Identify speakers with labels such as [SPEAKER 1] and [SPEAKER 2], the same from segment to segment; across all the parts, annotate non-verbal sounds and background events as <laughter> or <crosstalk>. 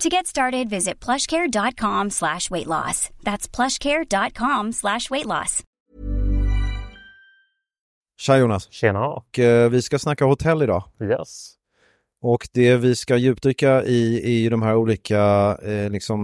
[SPEAKER 1] To get started, visit plushcare.com slash weight loss. That's plushcare.com slash weight loss.
[SPEAKER 2] Tja Jonas,
[SPEAKER 3] Tjena!
[SPEAKER 2] och, eh, vi ska snacka hotell idag.
[SPEAKER 3] Yes.
[SPEAKER 2] Och det vi ska djupdyka i är ju de här olika, eh, liksom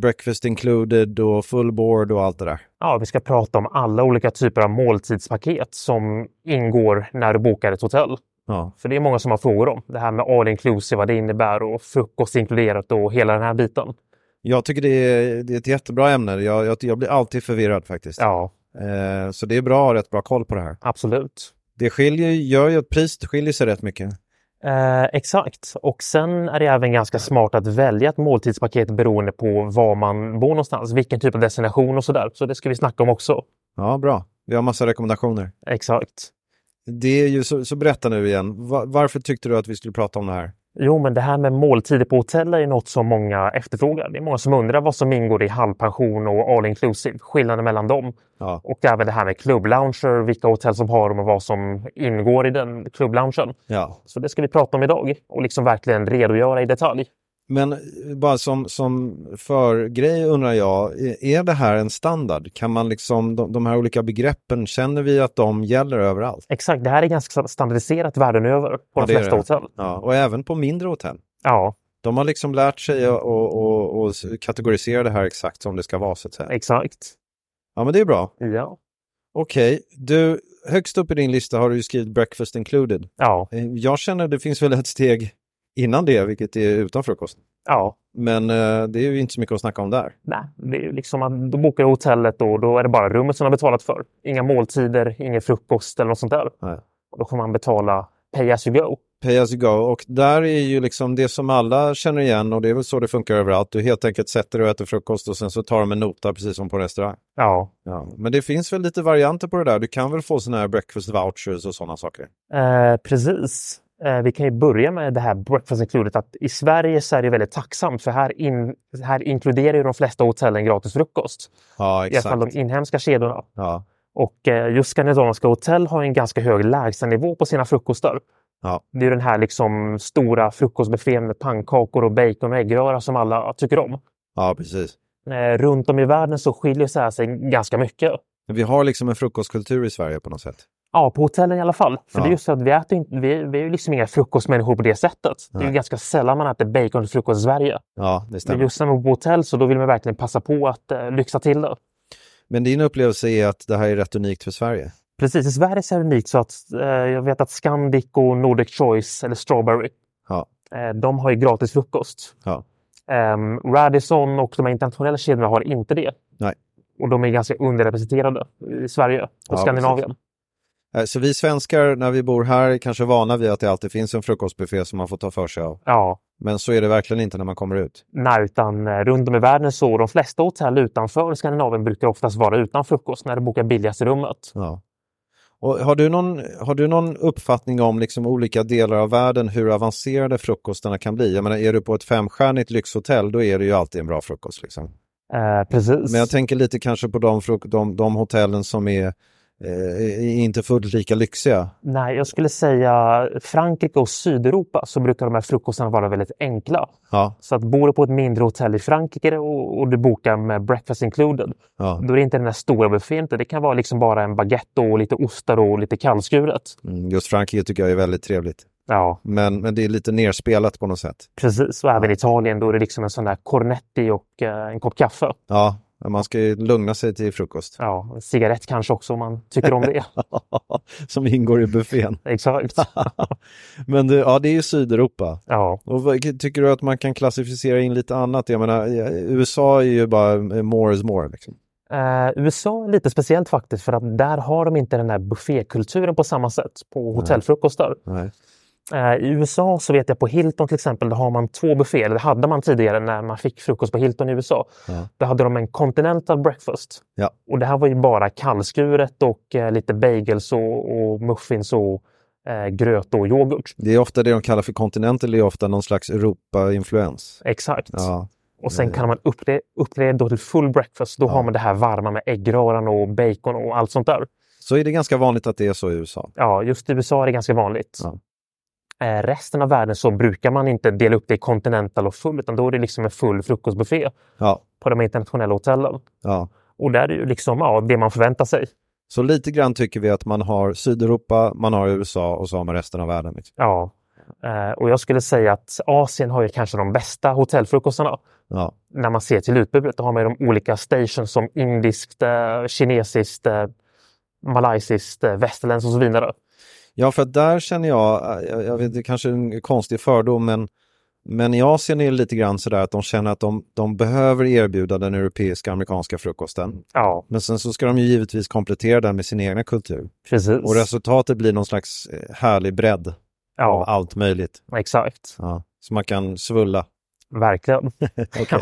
[SPEAKER 2] breakfast included och full board och allt det där.
[SPEAKER 3] Ja, vi ska prata om alla olika typer av måltidspaket som ingår när du bokar ett hotell.
[SPEAKER 2] Ja.
[SPEAKER 3] För det är många som har frågor om det här med all inclusive, vad det innebär och frukost inkluderat och hela den här biten.
[SPEAKER 2] Jag tycker det är, det är ett jättebra ämne. Jag, jag, jag blir alltid förvirrad faktiskt.
[SPEAKER 3] Ja,
[SPEAKER 2] Eh, så det är bra att ha rätt bra koll på det här.
[SPEAKER 3] absolut.
[SPEAKER 2] Det skiljer, gör ju att priset skiljer sig rätt mycket.
[SPEAKER 3] Eh, exakt. Och sen är det även ganska smart att välja ett måltidspaket beroende på var man bor någonstans, vilken typ av destination och sådär. Så det ska vi snacka om också.
[SPEAKER 2] Ja, bra. Vi har massa rekommendationer.
[SPEAKER 3] Exakt.
[SPEAKER 2] Det är ju, så, så berätta nu igen, Va- varför tyckte du att vi skulle prata om det här?
[SPEAKER 3] Jo, men det här med måltider på hotell är ju något som många efterfrågar. Det är många som undrar vad som ingår i halvpension och all inclusive, skillnaden mellan dem.
[SPEAKER 2] Ja.
[SPEAKER 3] Och även det här med klubblounger, vilka hotell som har dem och vad som ingår i den klubbloungen.
[SPEAKER 2] ja.
[SPEAKER 3] Så det ska vi prata om idag och liksom verkligen redogöra i detalj.
[SPEAKER 2] Men eh, bara som, som förgrej undrar jag, eh, är det här en standard? Kan man liksom, de, de här olika begreppen, känner vi att de gäller överallt?
[SPEAKER 3] Exakt, det här är ganska standardiserat världen över på de
[SPEAKER 2] det är
[SPEAKER 3] flesta
[SPEAKER 2] det.
[SPEAKER 3] hotell.
[SPEAKER 2] Ja, och även på mindre hotell.
[SPEAKER 3] Ja,
[SPEAKER 2] De har liksom lärt sig att och, och, och s- kategorisera det här exakt som det ska vara så att säga.
[SPEAKER 3] exakt.
[SPEAKER 2] Ja men det är bra.
[SPEAKER 3] Ja.
[SPEAKER 2] Okej, du, högst upp i din lista har du ju skrivit breakfast included.
[SPEAKER 3] Ja,
[SPEAKER 2] Eh, Jag känner det finns väl ett steg innan det, vilket är utan frukost.
[SPEAKER 3] ja.
[SPEAKER 2] Men eh, det är ju inte så mycket att snacka om där.
[SPEAKER 3] Nej, det är ju liksom att då bokar du hotellet och då är det bara rummet som du har betalat för. Inga måltider, ingen frukost eller något sånt där.
[SPEAKER 2] Nej.
[SPEAKER 3] Och då får man betala pay as you go.
[SPEAKER 2] Pay as you go och där är ju liksom det som alla känner igen och det är väl så det funkar överallt. Du helt enkelt sätter dig och äter frukost och sen så tar de en nota precis som på restaurang.
[SPEAKER 3] Ja.
[SPEAKER 2] Ja. Men det finns väl lite varianter på det där. Du kan väl få sådana här breakfast vouchers och sådana saker.
[SPEAKER 3] Eh, precis. Eh, vi kan ju börja med det här breakfast included. Att I Sverige så är det väldigt tacksamt för här, in, här inkluderar ju de flesta hotellen gratis frukost.
[SPEAKER 2] Ja,
[SPEAKER 3] I alla
[SPEAKER 2] exakt.
[SPEAKER 3] fall de inhemska kedjorna.
[SPEAKER 2] Ja.
[SPEAKER 3] Och eh, just skandinaviska hotell har ju en ganska hög lägstanivå på sina frukostar.
[SPEAKER 2] Ja.
[SPEAKER 3] Det är ju den här liksom stora frukostbuffén med pannkakor och bacon och äggröra som alla tycker om.
[SPEAKER 2] ja, precis.
[SPEAKER 3] Eh, runt om i världen så skiljer sig här sig ganska mycket.
[SPEAKER 2] Vi har liksom en frukostkultur i Sverige på något sätt.
[SPEAKER 3] Ja, på hotellen i alla fall. För det
[SPEAKER 2] Ja.
[SPEAKER 3] är just så att vi äter inte, vi, vi är ju liksom inga frukostmänniskor på det sättet. Det är
[SPEAKER 2] Nej.
[SPEAKER 3] ju ganska sällan man äter bacon till frukost i Sverige.
[SPEAKER 2] Ja, det
[SPEAKER 3] Men
[SPEAKER 2] stämmer.
[SPEAKER 3] just när man bor på hotell så då vill man verkligen passa på att eh, lyxa till det.
[SPEAKER 2] Men din upplevelse är att det här är rätt unikt för Sverige?
[SPEAKER 3] Precis, i Sverige så är det unikt så att eh, jag vet att Scandic och Nordic Choice eller Strawberry,
[SPEAKER 2] Ja.
[SPEAKER 3] eh, de har ju gratis frukost.
[SPEAKER 2] Ja.
[SPEAKER 3] Ehm, Radisson och de här internationella kedjorna har inte det.
[SPEAKER 2] Nej.
[SPEAKER 3] Och de är ganska underrepresenterade i Sverige och
[SPEAKER 2] Ja,
[SPEAKER 3] Skandinavien.
[SPEAKER 2] Eh, Så vi svenskar när vi bor här är kanske vana vid att det alltid finns en frukostbuffé som man får ta för sig av.
[SPEAKER 3] Ja.
[SPEAKER 2] Men så är det verkligen inte när man kommer ut.
[SPEAKER 3] Nej, utan eh, runt om i världen så de flesta hotell utanför Skandinavien brukar oftast vara utan frukost när du bokar billigaste rummet.
[SPEAKER 2] Ja. Och har, du någon, har du någon uppfattning om liksom olika delar av världen hur avancerade frukostarna kan bli? Jag menar, är du på ett femstjärnigt lyxhotell då är det ju alltid en bra frukost. Liksom.
[SPEAKER 3] Eh, precis.
[SPEAKER 2] Men jag tänker lite kanske på de, fruk- de, de hotellen som är eh, inte fullt lika lyxiga.
[SPEAKER 3] Nej, jag skulle säga Frankrike och Sydeuropa så brukar de här frukostarna vara väldigt enkla.
[SPEAKER 2] Ja,
[SPEAKER 3] Så att bor du på ett mindre hotell i Frankrike och, och du bokar med breakfast included,
[SPEAKER 2] ja.
[SPEAKER 3] då är det inte den här stora buffén. utan Det kan vara liksom bara en baguette och lite ostar och lite kallskuret.
[SPEAKER 2] Mm, Just Frankrike tycker jag är väldigt trevligt.
[SPEAKER 3] Ja,
[SPEAKER 2] Men, men det är lite nerspelat på något sätt.
[SPEAKER 3] precis. Och även Italien, då är det liksom en sån där cornetti och eh, en kopp kaffe.
[SPEAKER 2] Ja, man ska ju lugna sig till frukost.
[SPEAKER 3] Ja, en cigarett kanske också om man tycker om det.
[SPEAKER 2] <laughs>
[SPEAKER 3] <laughs>
[SPEAKER 2] som ingår i buffén.
[SPEAKER 3] Exakt.
[SPEAKER 2] <laughs> men det, ja, det är ju Sydeuropa.
[SPEAKER 3] Ja.
[SPEAKER 2] Och vad, tycker du att man kan klassificera in lite annat? Jag menar, eh, USA är ju bara eh, more is more. Liksom.
[SPEAKER 3] Eh, USA är lite speciellt faktiskt för att där har de inte den här buffékulturen på samma sätt på hotellfrukostar.
[SPEAKER 2] Nej.
[SPEAKER 3] Eh, I USA så vet jag på Hilton till exempel, där har man två bufféer. eller Det hade man tidigare när man fick frukost på Hilton i USA.
[SPEAKER 2] Ja.
[SPEAKER 3] Där hade de en Continental Breakfast.
[SPEAKER 2] Ja.
[SPEAKER 3] Och det här var ju bara kallskuret och eh, lite bagels och, och muffins och eh, gröt och yoghurt.
[SPEAKER 2] Det är ofta det de kallar för kontinental, det är ofta någon slags Europa-influens.
[SPEAKER 3] Exakt.
[SPEAKER 2] Ja,
[SPEAKER 3] Och sen kan man uppgre- uppgradera då till full breakfast. Då har man det här varma med äggröran och bacon och allt sånt där.
[SPEAKER 2] så är det ganska vanligt att det är så i USA.
[SPEAKER 3] Ja, just i USA är det ganska vanligt.
[SPEAKER 2] Ja.
[SPEAKER 3] Eh, resten av världen så brukar man inte dela upp det i continental och full utan då är det liksom en full frukostbuffé
[SPEAKER 2] Ja,
[SPEAKER 3] på de internationella hotellen.
[SPEAKER 2] ja.
[SPEAKER 3] Och där är det ju liksom ja, det man förväntar sig.
[SPEAKER 2] Så lite grann tycker vi att man har Sydeuropa, man har USA och så har man resten av världen. Liksom.
[SPEAKER 3] Ja. Eh, och jag skulle säga att Asien har ju kanske de bästa hotellfrukostarna.
[SPEAKER 2] Ja.
[SPEAKER 3] När man ser till utbudet, då har man ju de olika stations som indiskt, eh, kinesiskt, eh, malaysiskt, eh, västerländskt och så vidare.
[SPEAKER 2] Ja, för att där känner jag, eh, jag, jag vet, det kanske är en konstig fördom, men, men i Asien är det lite grann sådär att de känner att de, de behöver erbjuda den europeiska amerikanska frukosten.
[SPEAKER 3] Ja,
[SPEAKER 2] Men sen så ska de ju givetvis komplettera den med sin egna kultur.
[SPEAKER 3] precis.
[SPEAKER 2] Och resultatet blir någon slags eh, härlig bredd av
[SPEAKER 3] ja,
[SPEAKER 2] allt möjligt.
[SPEAKER 3] exakt.
[SPEAKER 2] Ja. Så man kan svulla.
[SPEAKER 3] Verkligen.
[SPEAKER 2] <laughs> Okej.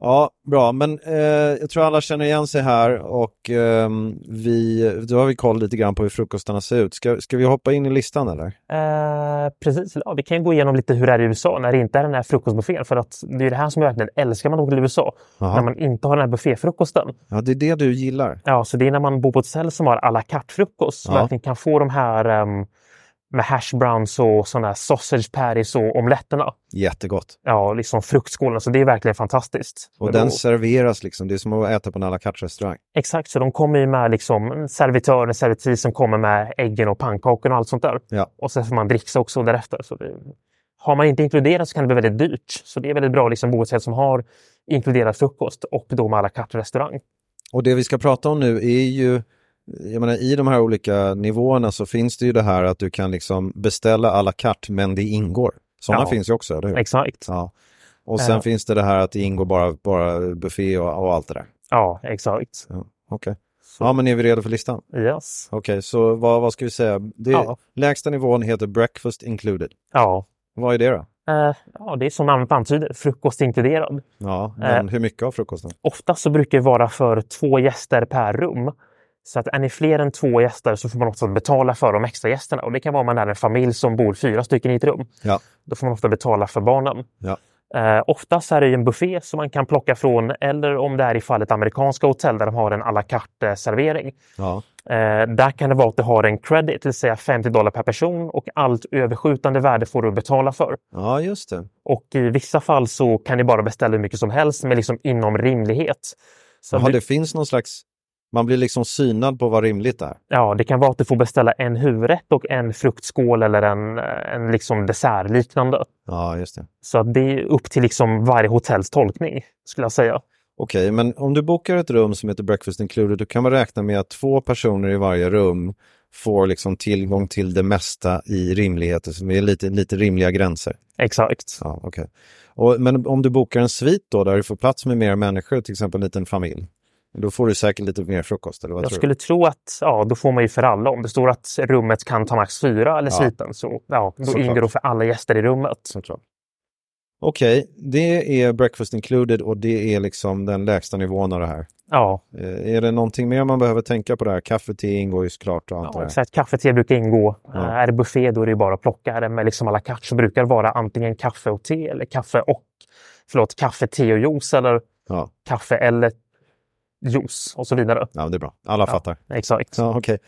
[SPEAKER 2] Ja, bra. Men eh, jag tror alla känner igen sig här och ehm, vi, då har vi koll lite grann på hur frukostarna ser ut. Ska, ska vi hoppa in i listan eller?
[SPEAKER 3] <laughs> Eh, precis, ja, vi kan ju gå igenom lite hur det är i USA när det inte är den här frukostbuffén. För att det är det här som jag verkligen älskar med att åka till USA.
[SPEAKER 2] Jaha.
[SPEAKER 3] När man inte har den här bufféfrukosten.
[SPEAKER 2] Ja, det är det du gillar.
[SPEAKER 3] Ja, så det är när man bor på ett hotell som har à la carte-frukost. Så
[SPEAKER 2] Ja.
[SPEAKER 3] verkligen kan få de här ehm, med hash browns och sådana här sausage patties och omletterna.
[SPEAKER 2] Jättegott.
[SPEAKER 3] Ja, liksom fruktskålen. Så det är verkligen fantastiskt.
[SPEAKER 2] Och
[SPEAKER 3] Men
[SPEAKER 2] den
[SPEAKER 3] då-
[SPEAKER 2] serveras liksom, det är som att äta på en à la carte-restaurang.
[SPEAKER 3] Exakt, så de kommer ju med liksom en servitör, en servitris som kommer med äggen och pannkakorna och allt sånt där.
[SPEAKER 2] Ja.
[SPEAKER 3] Och sen får man dricksa också därefter. Så det, har man inte inkluderat så kan det bli väldigt dyrt. Så det är väldigt bra liksom, bostäder som har inkluderat frukost och då med à la carte-restaurang.
[SPEAKER 2] Och det vi ska prata om nu är ju, jag menar i de här olika nivåerna så finns det ju det här att du kan liksom beställa à la carte men det ingår. Sådana
[SPEAKER 3] Ja. Eh.
[SPEAKER 2] finns ju också, eller hur?
[SPEAKER 3] Exakt.
[SPEAKER 2] Ja. Och sen
[SPEAKER 3] Ja.
[SPEAKER 2] finns det det här att det ingår bara, bara buffé och, och allt det där.
[SPEAKER 3] Ja, exakt.
[SPEAKER 2] Ja, Okej.
[SPEAKER 3] Så,
[SPEAKER 2] Ja, men är vi redo för listan?
[SPEAKER 3] yes.
[SPEAKER 2] Okej, så vad, vad ska vi säga? Det,
[SPEAKER 3] Ja.
[SPEAKER 2] Lägsta nivån heter breakfast included.
[SPEAKER 3] ja.
[SPEAKER 2] Vad är det då?
[SPEAKER 3] Eh, ja, det är som namnet antyder, frukost inkluderad.
[SPEAKER 2] Ja, men
[SPEAKER 3] Eh.
[SPEAKER 2] hur mycket av frukosten?
[SPEAKER 3] Ofta så brukar det vara för två gäster per rum. Så att är ni fler än två gäster så får man också betala för de extra gästerna. Och det kan vara om man är en familj som bor fyra stycken i ett rum.
[SPEAKER 2] Ja,
[SPEAKER 3] Då får man ofta betala för barnen.
[SPEAKER 2] ja,
[SPEAKER 3] Eh, oftast är det ju en buffé som man kan plocka från eller om det är i fallet amerikanska hotell där de har en à la carte-servering.
[SPEAKER 2] ja.
[SPEAKER 3] Eh, där kan det vara att du har en credit, det vill säga 50 dollar per person och allt överskjutande värde får du betala för.
[SPEAKER 2] Ja, just det.
[SPEAKER 3] Och i vissa fall så kan ni bara beställa hur mycket som helst, men liksom inom rimlighet. Så
[SPEAKER 2] Jaha,
[SPEAKER 3] du,
[SPEAKER 2] det finns någon slags... Man blir liksom synad på vad rimligt är.
[SPEAKER 3] Ja, det kan vara att du får beställa en huvudrätt och en fruktskål eller en, en liksom dessertliknande.
[SPEAKER 2] Ja, just det.
[SPEAKER 3] Så att det är upp till liksom varje hotells tolkning, skulle jag säga.
[SPEAKER 2] Okej, men om du bokar ett rum som heter Breakfast Included, då kan man räkna med att två personer i varje rum får liksom tillgång till det mesta i rimligheter, som är lite, lite rimliga gränser.
[SPEAKER 3] Exakt.
[SPEAKER 2] Ja, okej. Och- Men om du bokar en svit då, där du får plats med mer människor, till exempel en liten familj, då får du säkert lite mer frukost, eller vad
[SPEAKER 3] Jag
[SPEAKER 2] tror
[SPEAKER 3] skulle tro att ja, då får man ju för alla. Om det står att rummet kan ta max fyra eller
[SPEAKER 2] Ja.
[SPEAKER 3] sviten så ja, då
[SPEAKER 2] Såklart.
[SPEAKER 3] ingår det för alla gäster i rummet.
[SPEAKER 2] du? Såklart. Okej, det är Breakfast Included och det är liksom den lägsta nivån av det här.
[SPEAKER 3] Ja,
[SPEAKER 2] Eh, Är det någonting mer man behöver tänka på där? Kaffe, te ingår ju såklart och allt
[SPEAKER 3] ja
[SPEAKER 2] det där.
[SPEAKER 3] exakt. Kaffe och te brukar ingå.
[SPEAKER 2] Ja.
[SPEAKER 3] Eh, Är det buffé då är det ju bara att plocka. Är det med liksom à la carte så brukar det vara antingen kaffe och te eller kaffe och förlåt, kaffe, te och juice eller
[SPEAKER 2] Ja,
[SPEAKER 3] kaffe eller juice och så vidare.
[SPEAKER 2] ja men det är bra. Alla fattar.
[SPEAKER 3] Exakt.
[SPEAKER 2] Ja, okej.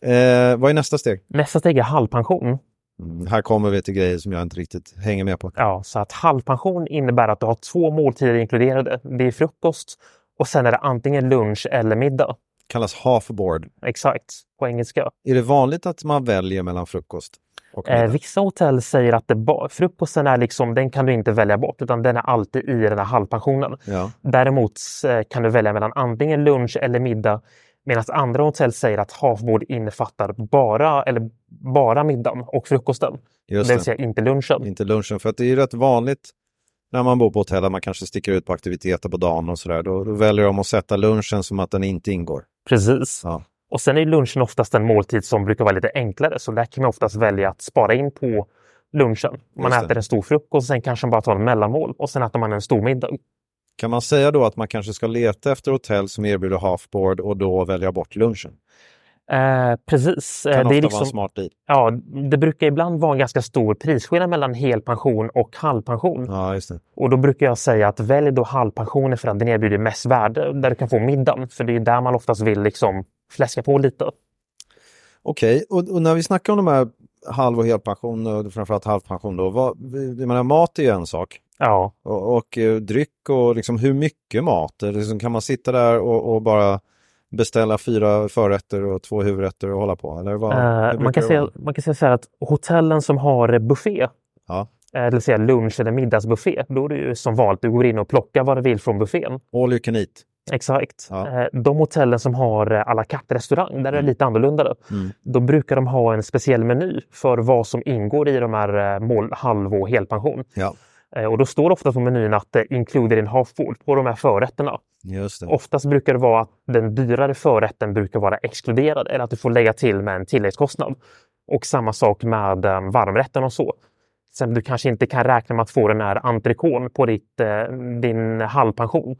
[SPEAKER 2] Eh, vad är nästa steg?
[SPEAKER 3] Nästa steg är halvpension.
[SPEAKER 2] Mm, här kommer vi till grejer som jag inte riktigt hänger med på.
[SPEAKER 3] Ja, så att halvpension innebär att du har två måltider inkluderade. Det är frukost och sen är det antingen lunch eller middag.
[SPEAKER 2] Kallas half board.
[SPEAKER 3] Exakt, på engelska.
[SPEAKER 2] Är det vanligt att man väljer mellan frukost och middag?
[SPEAKER 3] Eh, vissa hotell säger att det ba- frukosten är liksom, den kan du inte välja bort utan den är alltid i den här halvpensionen.
[SPEAKER 2] Ja.
[SPEAKER 3] Däremot eh, kan du välja mellan antingen lunch eller middag medan andra hotell säger att havbord innefattar bara, eller bara middagen och frukosten.
[SPEAKER 2] Just
[SPEAKER 3] det Mm. vill
[SPEAKER 2] det.
[SPEAKER 3] säga inte lunchen.
[SPEAKER 2] Inte lunchen, för att det är ju rätt vanligt när man bor på hotell att man kanske sticker ut på aktiviteter på dagen och sådär. Då, då väljer de att sätta lunchen som att den inte ingår.
[SPEAKER 3] Precis.
[SPEAKER 2] Ja.
[SPEAKER 3] Och sen är lunchen oftast en måltid som brukar vara lite enklare så där kan man oftast välja att spara in på lunchen. Man
[SPEAKER 2] Just det.
[SPEAKER 3] äter en stor frukost, sen kanske man bara tar en mellanmål och sen äter man en stor middag.
[SPEAKER 2] Kan man säga då att man kanske ska leta efter hotell som erbjuder halfboard och då välja bort lunchen?
[SPEAKER 3] Eh, precis. Eh,
[SPEAKER 2] Kan ofta
[SPEAKER 3] det, är
[SPEAKER 2] vara en
[SPEAKER 3] liksom,
[SPEAKER 2] smart deal.
[SPEAKER 3] ja, det brukar ibland vara en ganska stor prisskillnad mellan helpension och halvpension.
[SPEAKER 2] Ja, just det.
[SPEAKER 3] Och då brukar jag säga att välj då halvpensionen för att den erbjuder mest värde där du kan få middagen. För det är där man oftast vill liksom fläska på lite.
[SPEAKER 2] Okej, och, och när vi snackar om de här halv och helpension och framförallt halvpension då, vad, jag menar, mat är ju en sak.
[SPEAKER 3] Ja,
[SPEAKER 2] Och, och eh, dryck och liksom hur mycket mat? Eller Liksom kan man sitta där och, och bara beställa fyra förrätter och två huvudrätter och hålla på? Eller vad,
[SPEAKER 3] Eh,
[SPEAKER 2] hur brukar
[SPEAKER 3] man, kan
[SPEAKER 2] det
[SPEAKER 3] säga,
[SPEAKER 2] vara?
[SPEAKER 3] man kan säga så här att hotellen som har eh, buffé, eh,
[SPEAKER 2] Ja.
[SPEAKER 3] det vill säga lunch eller middagsbuffé, då är det ju som vanligt, du går in och plockar vad du vill från buffén.
[SPEAKER 2] All you can eat.
[SPEAKER 3] Exakt.
[SPEAKER 2] Ja. Mm.
[SPEAKER 3] Eh, De hotellen som har eh, à la carte-restaurang, där är det lite annorlunda. då. Då brukar de ha en speciell meny för vad som ingår i de här eh, mål, halv och helpension.
[SPEAKER 2] Ja,
[SPEAKER 3] Eh, Och då står det ofta på menyn att eh, “included in half food” på de här förrätterna.
[SPEAKER 2] just det.
[SPEAKER 3] Oftast brukar det vara att den dyrare förrätten brukar vara exkluderad eller att du får lägga till med en tilläggskostnad. Och samma sak med eh, varmrätten och så. Sen du kanske inte kan räkna med att få den här entrecôten på ditt, eh, din halvpension.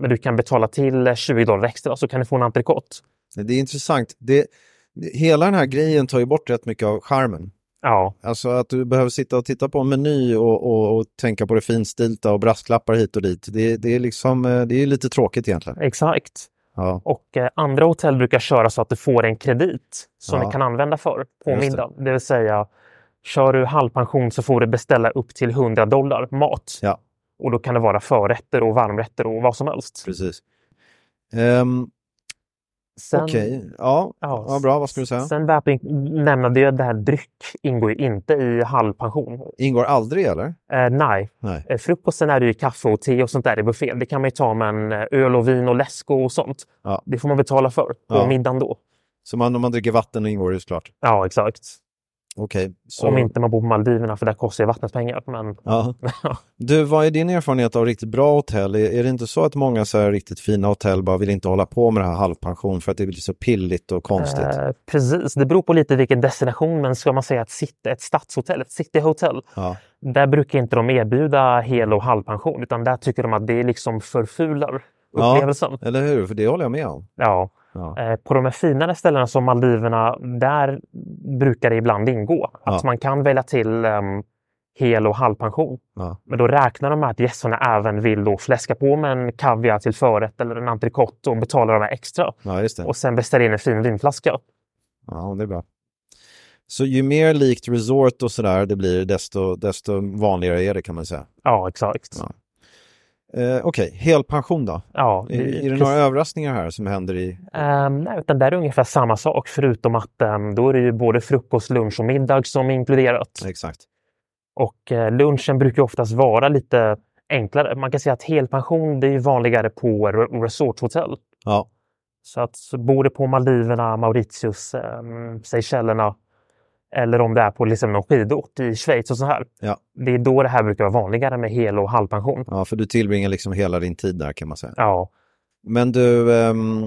[SPEAKER 3] Men du kan betala till eh, 20 dollar extra så kan du få en entrecôte.
[SPEAKER 2] Det är intressant. Det, det- hela den här grejen tar ju bort rätt mycket av charmen.
[SPEAKER 3] Ja,
[SPEAKER 2] Alltså att du behöver sitta och titta på en meny och, och, och tänka på det finstilta och brasklappar hit och dit. Det, det är liksom, eh, det är lite tråkigt egentligen.
[SPEAKER 3] exakt.
[SPEAKER 2] Ja,
[SPEAKER 3] Och eh, andra hotell brukar köra så att du får en kredit som
[SPEAKER 2] Ja.
[SPEAKER 3] du kan använda för på
[SPEAKER 2] Just det.
[SPEAKER 3] middagen. Det. vill säga, kör du halvpension så får du beställa upp till 100 dollar mat.
[SPEAKER 2] ja
[SPEAKER 3] Och då kan det vara förrätter och varmrätter och vad som helst.
[SPEAKER 2] precis. Ehm,
[SPEAKER 3] Sen-
[SPEAKER 2] Okej, ja, ja.
[SPEAKER 3] ja,
[SPEAKER 2] bra. Vad ska du säga?
[SPEAKER 3] Sen värt att nämnde jag att det här dryck ingår ju inte i halvpension.
[SPEAKER 2] Ingår aldrig eller?
[SPEAKER 3] Eh, nej,
[SPEAKER 2] Nej.
[SPEAKER 3] eh, frukosten är det ju kaffe och te och sånt där i buffén. Det kan man ju ta med en eh, öl och vin och läsk och sånt.
[SPEAKER 2] Ja.
[SPEAKER 3] Det får man betala för på
[SPEAKER 2] Ja.
[SPEAKER 3] middagen då.
[SPEAKER 2] Så man, om man dricker vatten ingår det såklart.
[SPEAKER 3] Ja, exakt.
[SPEAKER 2] Okej. så...
[SPEAKER 3] Om inte man bor på Maldiverna för där kostar ju vattnet pengar. Men <laughs>
[SPEAKER 2] Ja. Du, vad är din erfarenhet av riktigt bra hotell? Är, är det inte så att många så här riktigt fina hotell bara vill inte hålla på med det här halvpension för att det blir så pilligt och konstigt?
[SPEAKER 3] Eh, precis, det beror på lite vilken destination. Men ska man säga att city, ett stadshotell, ett cityhotell,
[SPEAKER 2] Ja.
[SPEAKER 3] där brukar inte de erbjuda hel och halvpension. Utan där tycker de att det liksom förfular
[SPEAKER 2] Ja.
[SPEAKER 3] upplevelsen.
[SPEAKER 2] Eller hur? För det håller jag med om.
[SPEAKER 3] Ja.
[SPEAKER 2] Ja.
[SPEAKER 3] Eh, På de här finare ställena som Maldiverna, där brukar det ibland ingå att
[SPEAKER 2] Ja.
[SPEAKER 3] man kan välja till ehm, hel och halvpension.
[SPEAKER 2] Ja.
[SPEAKER 3] Men då räknar de med att gästerna även vill då fläska på med en kaviar till förrätt eller en entrecote och betala de här extra.
[SPEAKER 2] ja, just det.
[SPEAKER 3] Och sen beställa in en fin vinflaska.
[SPEAKER 2] Ja, det är bra. Så ju mer likt resort och sådär det blir, desto, desto vanligare är det kan man säga.
[SPEAKER 3] Ja, exakt.
[SPEAKER 2] Ja. Eh, Okej, helpension då?
[SPEAKER 3] Ja,
[SPEAKER 2] Är,
[SPEAKER 3] det-
[SPEAKER 2] är det några överraskningar här som händer i...
[SPEAKER 3] Ehm, nej, utan där är det ungefär samma sak förutom att ehm, då är det ju både frukost, lunch och middag som är inkluderat.
[SPEAKER 2] Exakt.
[SPEAKER 3] Och eh, lunchen brukar oftast vara lite enklare. Man kan säga att helpension det är ju vanligare på re- resorthotell.
[SPEAKER 2] Ja,
[SPEAKER 3] Så att så bor du på Maldiverna, Mauritius, um, Seychellerna eller om det är på liksom någon skidort i Schweiz och så här.
[SPEAKER 2] ja.
[SPEAKER 3] Det är då det här brukar vara vanligare med hel och halvpension.
[SPEAKER 2] ja, för du tillbringar liksom hela din tid där kan man säga.
[SPEAKER 3] Ja,
[SPEAKER 2] Men du, ehm,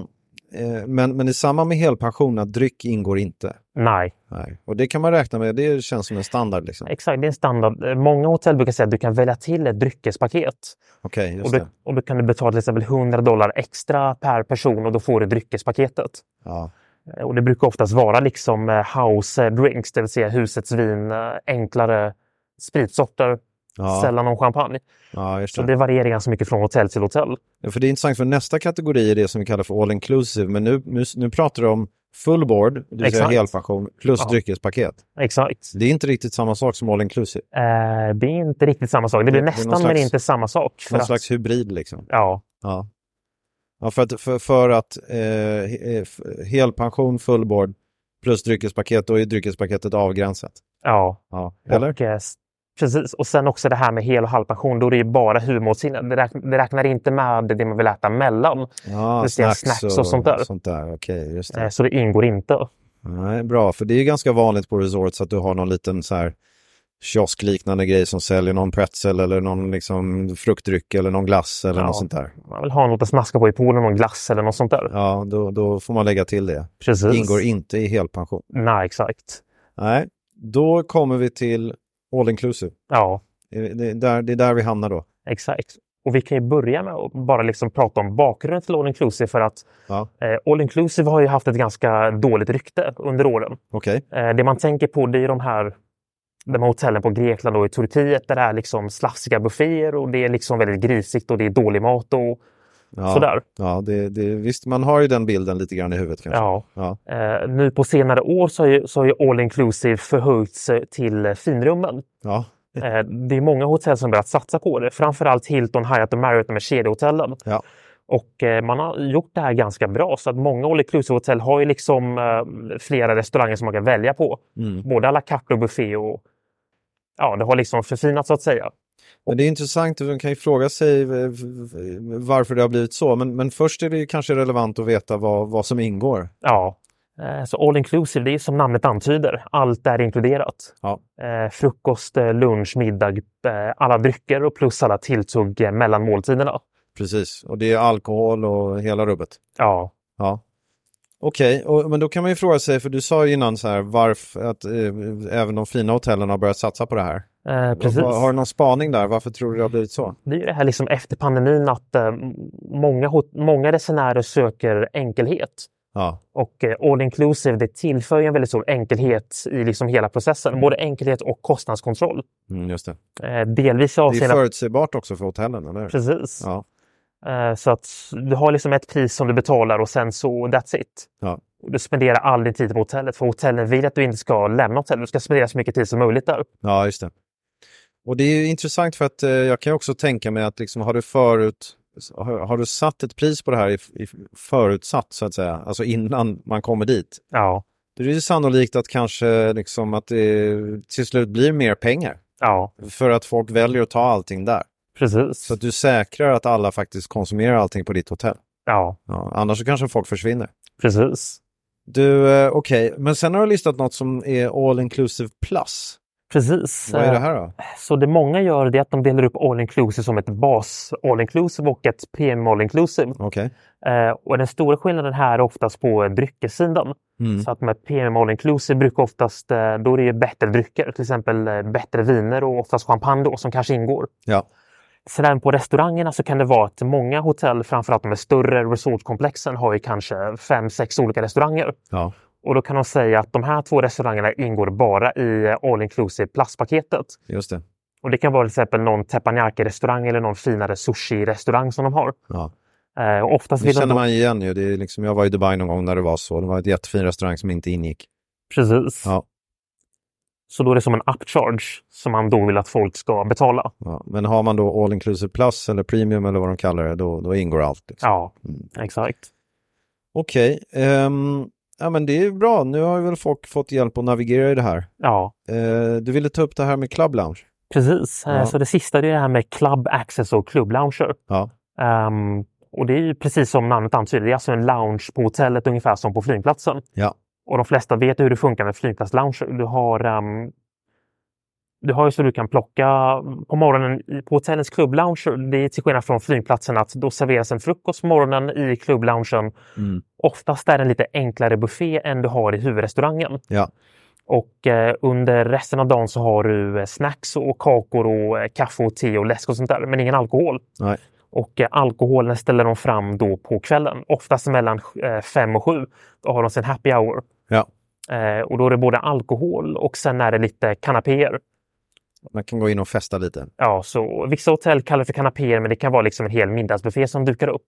[SPEAKER 2] eh, men, men i samband med helpension att dryck ingår inte.
[SPEAKER 3] nej.
[SPEAKER 2] Nej. Och det kan man räkna med, det känns som en standard liksom.
[SPEAKER 3] Exakt, det är en standard. Eh, Många hotell brukar säga att du kan välja till ett dryckespaket.
[SPEAKER 2] Okej,
[SPEAKER 3] Och
[SPEAKER 2] just
[SPEAKER 3] då,
[SPEAKER 2] det.
[SPEAKER 3] och då kan du betala till exempel 100 dollar extra per person och då får du dryckespaketet.
[SPEAKER 2] Ja.
[SPEAKER 3] Eh, Och det brukar oftast vara liksom eh, house eh, drinks, det vill säga husets vin, eh, enklare spritsorter
[SPEAKER 2] Ja.
[SPEAKER 3] sällan någon champagne.
[SPEAKER 2] Ja, just
[SPEAKER 3] Så
[SPEAKER 2] det.
[SPEAKER 3] det varierar ganska mycket från hotell till hotell.
[SPEAKER 2] Ja, För det är intressant, för nästa kategori är det som vi kallar för all inclusive, men nu, nu, nu pratar du om full board, det vill säga
[SPEAKER 3] Exakt.
[SPEAKER 2] helpension, plus
[SPEAKER 3] Ja.
[SPEAKER 2] dryckespaket.
[SPEAKER 3] Exakt.
[SPEAKER 2] Det är inte riktigt samma sak som all inclusive.
[SPEAKER 3] Eh, det är inte riktigt samma sak. Det blir
[SPEAKER 2] Det- det är
[SPEAKER 3] nästan,
[SPEAKER 2] någon
[SPEAKER 3] men
[SPEAKER 2] slags-
[SPEAKER 3] inte samma sak. för
[SPEAKER 2] Någon
[SPEAKER 3] att-
[SPEAKER 2] slags hybrid liksom.
[SPEAKER 3] Ja,
[SPEAKER 2] Ja. Ja, för att, för, för att eh, he- eh, f- helpension, full board, plus dryckespaket, då är dryckespaketet avgränsat.
[SPEAKER 3] ja.
[SPEAKER 2] Ja. Eller?
[SPEAKER 3] Och, eh, s- precis. Och sen också det här med hel och halvpension. Då är det ju bara huvudmåltiden. Det, räkn- det räknar inte med det man vill äta mellan.
[SPEAKER 2] ja,
[SPEAKER 3] det ser snacks och sånt där.
[SPEAKER 2] Sånt där. Okej, just
[SPEAKER 3] Eh,
[SPEAKER 2] det.
[SPEAKER 3] så det ingår inte.
[SPEAKER 2] Nej, bra, för det är ju ganska vanligt på resorts att du har någon liten så här kioskliknande grej som säljer någon pretzel eller någon liksom fruktdryck eller någon glass eller
[SPEAKER 3] Ja.
[SPEAKER 2] något sånt där.
[SPEAKER 3] Man vill ha något att snaska på i poolen, någon glass eller något sånt där.
[SPEAKER 2] Ja, då, då får man lägga till det.
[SPEAKER 3] Precis.
[SPEAKER 2] Ingår inte i helpension.
[SPEAKER 3] Nej, exakt.
[SPEAKER 2] Nej, då kommer vi till all inclusive.
[SPEAKER 3] Ja,
[SPEAKER 2] Det det är där, det är där vi hamnar då.
[SPEAKER 3] exakt. Och vi kan ju börja med att bara liksom prata om bakgrunden till All Inclusive för att
[SPEAKER 2] Ja,
[SPEAKER 3] eh, All Inclusive har ju haft ett ganska dåligt rykte under åren.
[SPEAKER 2] okej.
[SPEAKER 3] Eh, det man tänker på det är de här, de här hotellen på Grekland och i Turkiet där det är liksom slafsiga bufféer och det är liksom väldigt grisigt och det är dålig mat och
[SPEAKER 2] Ja,
[SPEAKER 3] sådär.
[SPEAKER 2] Ja, det, det, visst, man har ju den bilden lite grann i huvudet kanske.
[SPEAKER 3] Ja.
[SPEAKER 2] Ja,
[SPEAKER 3] Eh, nu på senare år så har ju, så har ju All Inclusive förhöjts eh, till eh, finrummen.
[SPEAKER 2] ja,
[SPEAKER 3] Eh, det är många hotell som börjat satsa på det. Framförallt Hilton, Hyatt och Marriott, de här kedjehotellen.
[SPEAKER 2] Ja.
[SPEAKER 3] Och eh, man har gjort det här ganska bra så att många all inclusive hotell har ju liksom eh, flera restauranger som man kan välja på.
[SPEAKER 2] Mm.
[SPEAKER 3] Både alla carte och buffé och ja, det har liksom förfinats så att säga.
[SPEAKER 2] Men det är intressant, man kan ju fråga sig eh, varför det har blivit så. Men, men först är det ju kanske relevant att veta vad, vad som ingår.
[SPEAKER 3] Ja, eh, så all inclusive, det är som namnet antyder. Allt är inkluderat.
[SPEAKER 2] Ja.
[SPEAKER 3] Eh, frukost, eh, lunch, middag, eh, alla drycker och plus alla tilltugg eh, mellan måltiderna.
[SPEAKER 2] Precis, och det är alkohol och hela rubbet.
[SPEAKER 3] Ja,
[SPEAKER 2] Ja. Okej, och- men då kan man ju fråga sig, för du sa ju innan så här, varför att eh, även de fina hotellen har börjat satsa på det här.
[SPEAKER 3] eh, precis.
[SPEAKER 2] Har, har du någon spaning där? Varför tror du det har blivit så?
[SPEAKER 3] Det är ju det här liksom efter pandemin att eh, många, hot- många resenärer söker enkelhet.
[SPEAKER 2] Ja,
[SPEAKER 3] Och eh, all inclusive det tillför ju en väldigt stor enkelhet i liksom hela processen. Både enkelhet och kostnadskontroll.
[SPEAKER 2] mm, just det.
[SPEAKER 3] Eh, delvis i
[SPEAKER 2] Det är
[SPEAKER 3] avseende...
[SPEAKER 2] förutsägbart också för hotellen, eller hur?
[SPEAKER 3] Precis.
[SPEAKER 2] Ja,
[SPEAKER 3] Eh, så att du har liksom ett pris som du betalar och sen så that's it.
[SPEAKER 2] Ja.
[SPEAKER 3] Du spenderar all din tid på hotellet för hotellen vill att du inte ska lämna hotellet. Du ska spendera så mycket tid som möjligt där.
[SPEAKER 2] ja, just det. Och det är ju intressant för att eh, jag kan ju också tänka mig att liksom, har du förut har, har du satt ett pris på det här i, i förutsatt så att säga, alltså innan man kommer dit,
[SPEAKER 3] Ja,
[SPEAKER 2] då är det ju sannolikt att kanske liksom att det till slut blir mer pengar
[SPEAKER 3] ja
[SPEAKER 2] för att folk väljer att ta allting där.
[SPEAKER 3] precis.
[SPEAKER 2] Så att du säkrar att alla faktiskt konsumerar allting på ditt hotell.
[SPEAKER 3] Ja,
[SPEAKER 2] Ja, annars så kanske folk försvinner.
[SPEAKER 3] precis.
[SPEAKER 2] Du, eh, okej, men sen har du listat något som är all inclusive plus.
[SPEAKER 3] Precis.
[SPEAKER 2] Vad är det
[SPEAKER 3] Eh,
[SPEAKER 2] här då?
[SPEAKER 3] Så det många gör det är att de delar upp all inclusive som ett bas all inclusive och ett PM all inclusive.
[SPEAKER 2] Okej.
[SPEAKER 3] Eh, och den stora skillnaden här är oftast på eh, dryckessidan.
[SPEAKER 2] Mm.
[SPEAKER 3] Så att med PM all inclusive brukar oftast, eh, då är det ju bättre drycker, till exempel eh, bättre viner och oftast champagne då, som kanske ingår.
[SPEAKER 2] Ja.
[SPEAKER 3] Sen även på restaurangerna så kan det vara att många hotell, framförallt de här större resortkomplexen, har ju kanske fem, sex olika restauranger.
[SPEAKER 2] ja.
[SPEAKER 3] Och då kan de säga att de här två restaurangerna ingår bara i eh, all inclusive plastpaketet.
[SPEAKER 2] Just det.
[SPEAKER 3] Och det kan vara till exempel någon teppanyaki-restaurang eller någon finare sushi-restaurang som de har.
[SPEAKER 2] Ja.
[SPEAKER 3] Eh, och oftast
[SPEAKER 2] Det
[SPEAKER 3] vill de
[SPEAKER 2] känner
[SPEAKER 3] då...
[SPEAKER 2] man igen ju. Det är liksom, jag var i Dubai någon gång när det var så. Det var ett jättefin restaurang som inte ingick.
[SPEAKER 3] Precis.
[SPEAKER 2] Ja.
[SPEAKER 3] Så då är det som en upcharge som man då vill att folk ska betala.
[SPEAKER 2] Ja. Men har man då all inclusive plus eller premium eller vad de kallar det, då, då ingår allt. Liksom.
[SPEAKER 3] Ja,
[SPEAKER 2] Mm.
[SPEAKER 3] exakt.
[SPEAKER 2] Okej, ehm, ja, men det är bra. Nu har ju väl folk fått hjälp att navigera i det här.
[SPEAKER 3] Ja,
[SPEAKER 2] Eh, du ville ta upp det här med Club Lounge.
[SPEAKER 3] precis. Eh,
[SPEAKER 2] Ja.
[SPEAKER 3] Så det sista det är det här med club access och club lounger.
[SPEAKER 2] Ja.
[SPEAKER 3] Ehm, och det är ju precis som namnet antyder. Det är alltså en lounge på hotellet ungefär som på flygplatsen.
[SPEAKER 2] Ja.
[SPEAKER 3] Och de flesta vet hur det funkar med flygplatslounger. Du har ehm, du har ju så du kan plocka mm, på morgonen i- på hotellens klubblounger. Det är till skillnad från flygplatsen att då serveras en frukost på morgonen i klubbloungen.
[SPEAKER 2] Mm.
[SPEAKER 3] Oftast är det en lite enklare buffé än du har i huvudrestaurangen.
[SPEAKER 2] Ja.
[SPEAKER 3] Och eh, under resten av dagen så har du eh, snacks och kakor och eh, kaffe och te och läsk och sånt där, men ingen alkohol.
[SPEAKER 2] Nej.
[SPEAKER 3] Och eh, alkoholen ställer de fram då på kvällen, oftast mellan eh, fem och sju. Då har de sin happy hour.
[SPEAKER 2] Ja.
[SPEAKER 3] Eh, och då är det både alkohol och sen är det lite kanapéer.
[SPEAKER 2] Man kan gå in och festa lite.
[SPEAKER 3] Ja, så vissa hotell kallar det för kanapéer, men det kan vara liksom en hel middagsbuffé som dukar upp.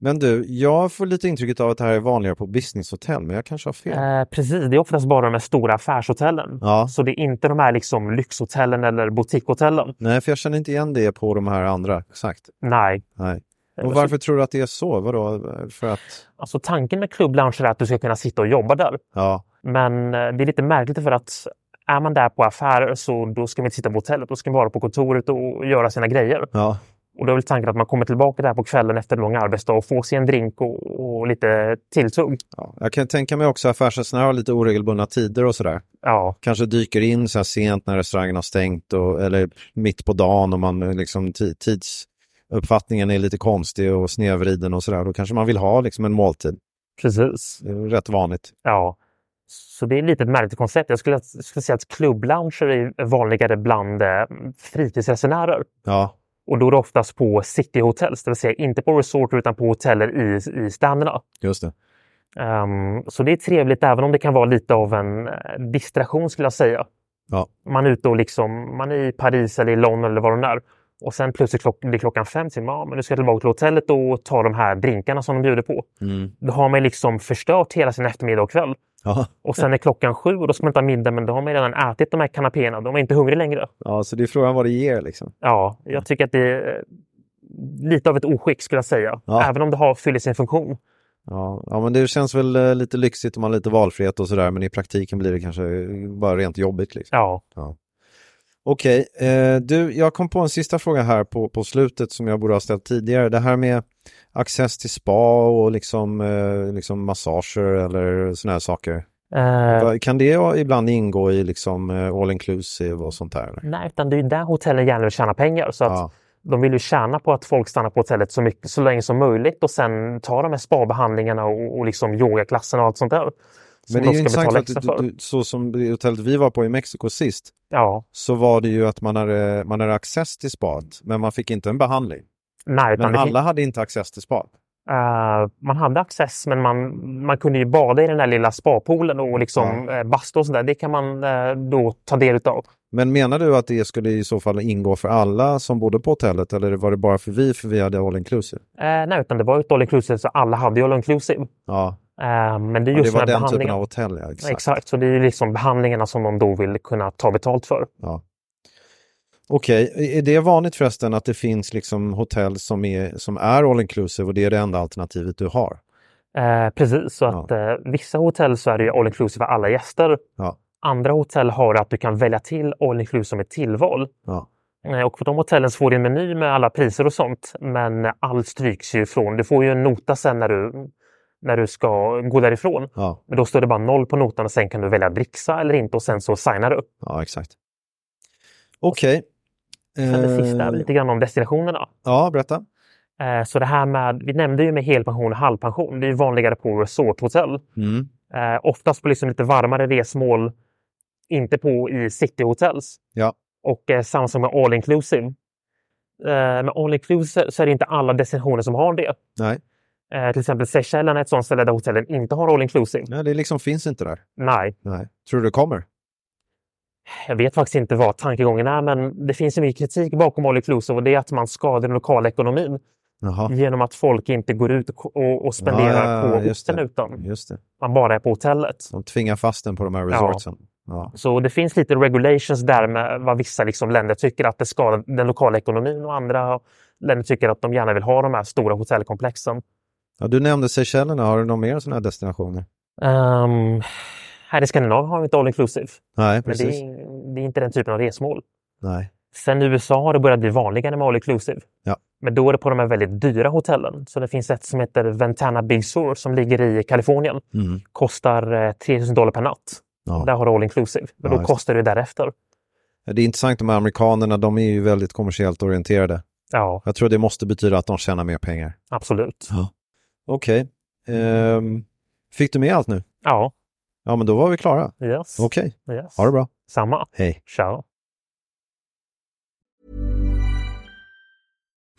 [SPEAKER 2] Men du, jag får lite intrycket av att det här är vanligare på businesshotell, men jag kanske har fel.
[SPEAKER 3] Eh, precis, det är oftast bara de här stora affärshotellen.
[SPEAKER 2] Ja.
[SPEAKER 3] Så det är inte de här liksom lyxhotellen eller butikhotellen.
[SPEAKER 2] Nej, för jag känner inte igen det på de här andra. Exakt.
[SPEAKER 3] Nej.
[SPEAKER 2] Nej.
[SPEAKER 3] Eh,
[SPEAKER 2] Och varför tror du att det är så? Vadå? För att...
[SPEAKER 3] Alltså tanken med Club Lounge är att du ska kunna sitta och jobba där.
[SPEAKER 2] Ja,
[SPEAKER 3] Men eh, det är lite märkligt för att är man där på affärer så då ska man inte sitta på hotellet, då ska man vara på kontoret och göra sina grejer.
[SPEAKER 2] ja.
[SPEAKER 3] Och då är väl tanken att man kommer tillbaka där på kvällen efter en lång arbetsdag och får sig en drink och, och lite tilltugg.
[SPEAKER 2] ja. Jag kan tänka mig också affärsresenärer har lite oregelbundna tider och sådär.
[SPEAKER 3] Ja,
[SPEAKER 2] Kanske dyker in så här sent när restaurangen har stängt och, eller mitt på dagen om man eh, liksom ti- tidsuppfattningen är lite konstig och snedvriden och sådär. Då kanske man vill ha liksom en måltid.
[SPEAKER 3] precis.
[SPEAKER 2] Det är väl rätt vanligt.
[SPEAKER 3] Ja. Så det är lite ett märkligt koncept. Jag skulle, skulle säga att klubblounger är vanligare bland eh, fritidsresenärer.
[SPEAKER 2] Ja,
[SPEAKER 3] Och då är det oftast på cityhotels, det vill säga inte på resort utan på hoteller i, i städerna.
[SPEAKER 2] just det.
[SPEAKER 3] Ehm, så det är trevligt även om det kan vara lite av en eh, distraktion skulle jag säga.
[SPEAKER 2] Ja.
[SPEAKER 3] Man är ute och liksom, man är i Paris eller i London eller var den är. Och sen plötsligt klock, blir klockan fem, så man, ja, men nu ska jag tillbaka till hotellet och ta de här drinkarna som de bjuder på.
[SPEAKER 2] Mm.
[SPEAKER 3] Då har man ju liksom förstört hela sin eftermiddag och kväll.
[SPEAKER 2] Ja.
[SPEAKER 3] Och sen är klockan sju och då ska man inte ha middag men då har man ju redan ätit de här kanapéerna. De är inte hungriga längre.
[SPEAKER 2] ja, så det är frågan vad det ger liksom.
[SPEAKER 3] Ja, jag tycker att det är eh, lite av ett oskick skulle jag säga.
[SPEAKER 2] Ja.
[SPEAKER 3] Även om det har fyller sin funktion.
[SPEAKER 2] Ja, ja, men det känns väl eh, lite lyxigt om man har lite valfrihet och sådär, men i praktiken blir det kanske bara rent jobbigt. Liksom.
[SPEAKER 3] Ja,
[SPEAKER 2] Okej, eh, du, jag kom på en sista fråga här på, på slutet som jag borde ha ställt tidigare. Det här med access till spa och liksom, eh, liksom massager eller sådana här saker.
[SPEAKER 3] Eh,
[SPEAKER 2] Va- Kan det ibland ingå i liksom eh, all inclusive och sånt där? eller?
[SPEAKER 3] nej, utan det är ju där hotellen gärna vill tjäna pengar. Så att
[SPEAKER 2] Ja,
[SPEAKER 3] De vill ju tjäna på att folk stannar på hotellet så, mycket, så länge som möjligt och sen tar de här spabehandlingarna och, och liksom yogaklasserna och allt sånt där. Som
[SPEAKER 2] men det är
[SPEAKER 3] de
[SPEAKER 2] ju
[SPEAKER 3] ska
[SPEAKER 2] intressant
[SPEAKER 3] betala
[SPEAKER 2] för att
[SPEAKER 3] extra
[SPEAKER 2] du,
[SPEAKER 3] för.
[SPEAKER 2] du, så som det hotellet vi var på i Mexiko sist
[SPEAKER 3] Ja,
[SPEAKER 2] så var det ju att man hade, man hade access till spat, men man fick inte en behandling.
[SPEAKER 3] nej, utan
[SPEAKER 2] Men
[SPEAKER 3] det,
[SPEAKER 2] alla hade inte access till spat.
[SPEAKER 3] eh, man hade access men man, man kunde ju bada i den där lilla spapoolen och liksom eh, bastu och sånt där. Det kan man eh, då ta del av.
[SPEAKER 2] Men menar du att det skulle i så fall ingå för alla som bodde på hotellet eller var det bara för vi, för vi hade all inclusive?
[SPEAKER 3] Eh, nej, utan det var ju ett all inclusive så alla hade ju all inclusive.
[SPEAKER 2] Ja,
[SPEAKER 3] Eh, men det är
[SPEAKER 2] och
[SPEAKER 3] just
[SPEAKER 2] det var
[SPEAKER 3] de här
[SPEAKER 2] den typen
[SPEAKER 3] behandlingarna.
[SPEAKER 2] av hotell, ja. Exakt.
[SPEAKER 3] Exakt. så det är ju liksom behandlingarna som de då vill kunna ta betalt för.
[SPEAKER 2] Ja. Okej, är det vanligt förresten att det finns liksom hotell som är, som är all inclusive och det är det enda alternativet du har?
[SPEAKER 3] Eh, precis, så
[SPEAKER 2] Ja.
[SPEAKER 3] att eh, vissa hotell så är det ju all inclusive för alla gäster.
[SPEAKER 2] Ja.
[SPEAKER 3] Andra hotell har att du kan välja till all inclusive som ett tillval.
[SPEAKER 2] Ja.
[SPEAKER 3] Eh, och på de hotellen så får du en meny med alla priser och sånt. Men allt stryks ju ifrån. Du får ju en nota sen när du, när du ska gå därifrån.
[SPEAKER 2] Ja,
[SPEAKER 3] Men då står det bara noll på notan och sen kan du välja att dricksa eller inte och sen så signar du.
[SPEAKER 2] ja exakt. Okej.
[SPEAKER 3] Sen det
[SPEAKER 2] Eh,
[SPEAKER 3] sista är lite grann om destinationerna.
[SPEAKER 2] Ja, berätta.
[SPEAKER 3] Eh, Så det här med, vi nämnde ju med helpension och halvpension, det är ju vanligare på resorthotell.
[SPEAKER 2] Mm.
[SPEAKER 3] Eh, oftast på liksom lite varmare resmål, inte på i cityhotels.
[SPEAKER 2] Ja.
[SPEAKER 3] Och eh, samma som med all inclusive. Eh, med all inclusive så är det inte alla destinationer som har det.
[SPEAKER 2] Nej.
[SPEAKER 3] Eh, till exempel Seychellerna är ett sånt ställe där hotellen inte har all inclusive.
[SPEAKER 2] Nej, det liksom finns inte där.
[SPEAKER 3] Nej,
[SPEAKER 2] Nej. Tror du det kommer?
[SPEAKER 3] jag vet faktiskt inte vad tankegången är men det finns ju mycket kritik bakom all inclusive och det är att man skadar den lokala ekonomin
[SPEAKER 2] Jaha,
[SPEAKER 3] genom att folk inte går ut och, och, och Mm. spenderar
[SPEAKER 2] Ja, ja, ja,
[SPEAKER 3] på
[SPEAKER 2] just det.
[SPEAKER 3] orten utan
[SPEAKER 2] just det.
[SPEAKER 3] man bara är på hotellet.
[SPEAKER 2] De tvingar fast den på de här
[SPEAKER 3] Ja.
[SPEAKER 2] resortsen. Ja.
[SPEAKER 3] Så det finns lite regulations där med vad vissa liksom länder tycker att det skadar den lokala ekonomin och andra länder tycker att de gärna vill ha de här stora hotellkomplexen.
[SPEAKER 2] Ja, du nämnde Seychellerna, har du några mer sådana här destinationer?
[SPEAKER 3] Ehm, här i Skandinavien har vi inte all inclusive,
[SPEAKER 2] Nej,
[SPEAKER 3] men det
[SPEAKER 2] precis.
[SPEAKER 3] är, det är inte den typen av resmål.
[SPEAKER 2] Nej.
[SPEAKER 3] Sen i USA har det börjat bli vanligare med all inclusive.
[SPEAKER 2] Ja.
[SPEAKER 3] Men då är det på de här väldigt dyra hotellen. Så det finns ett som heter Ventana Big Sur som ligger i Kalifornien.
[SPEAKER 2] Mm.
[SPEAKER 3] Kostar eh, 3000 dollar per natt. Där
[SPEAKER 2] Ja.
[SPEAKER 3] har du all inclusive. Men
[SPEAKER 2] Ja,
[SPEAKER 3] då
[SPEAKER 2] just det.
[SPEAKER 3] kostar det därefter.
[SPEAKER 2] Det är intressant, de här amerikanerna, de är ju väldigt kommersiellt orienterade.
[SPEAKER 3] Ja,
[SPEAKER 2] Jag tror det måste betyda att de tjänar mer pengar.
[SPEAKER 3] absolut.
[SPEAKER 2] Okej. Ehm, fick du med allt nu?
[SPEAKER 3] Ja,
[SPEAKER 2] Ja, men då var vi klara.
[SPEAKER 3] yes.
[SPEAKER 2] Okej,
[SPEAKER 3] Yes.
[SPEAKER 2] ha det bra.
[SPEAKER 3] Samma.
[SPEAKER 2] Hej.
[SPEAKER 3] Ciao.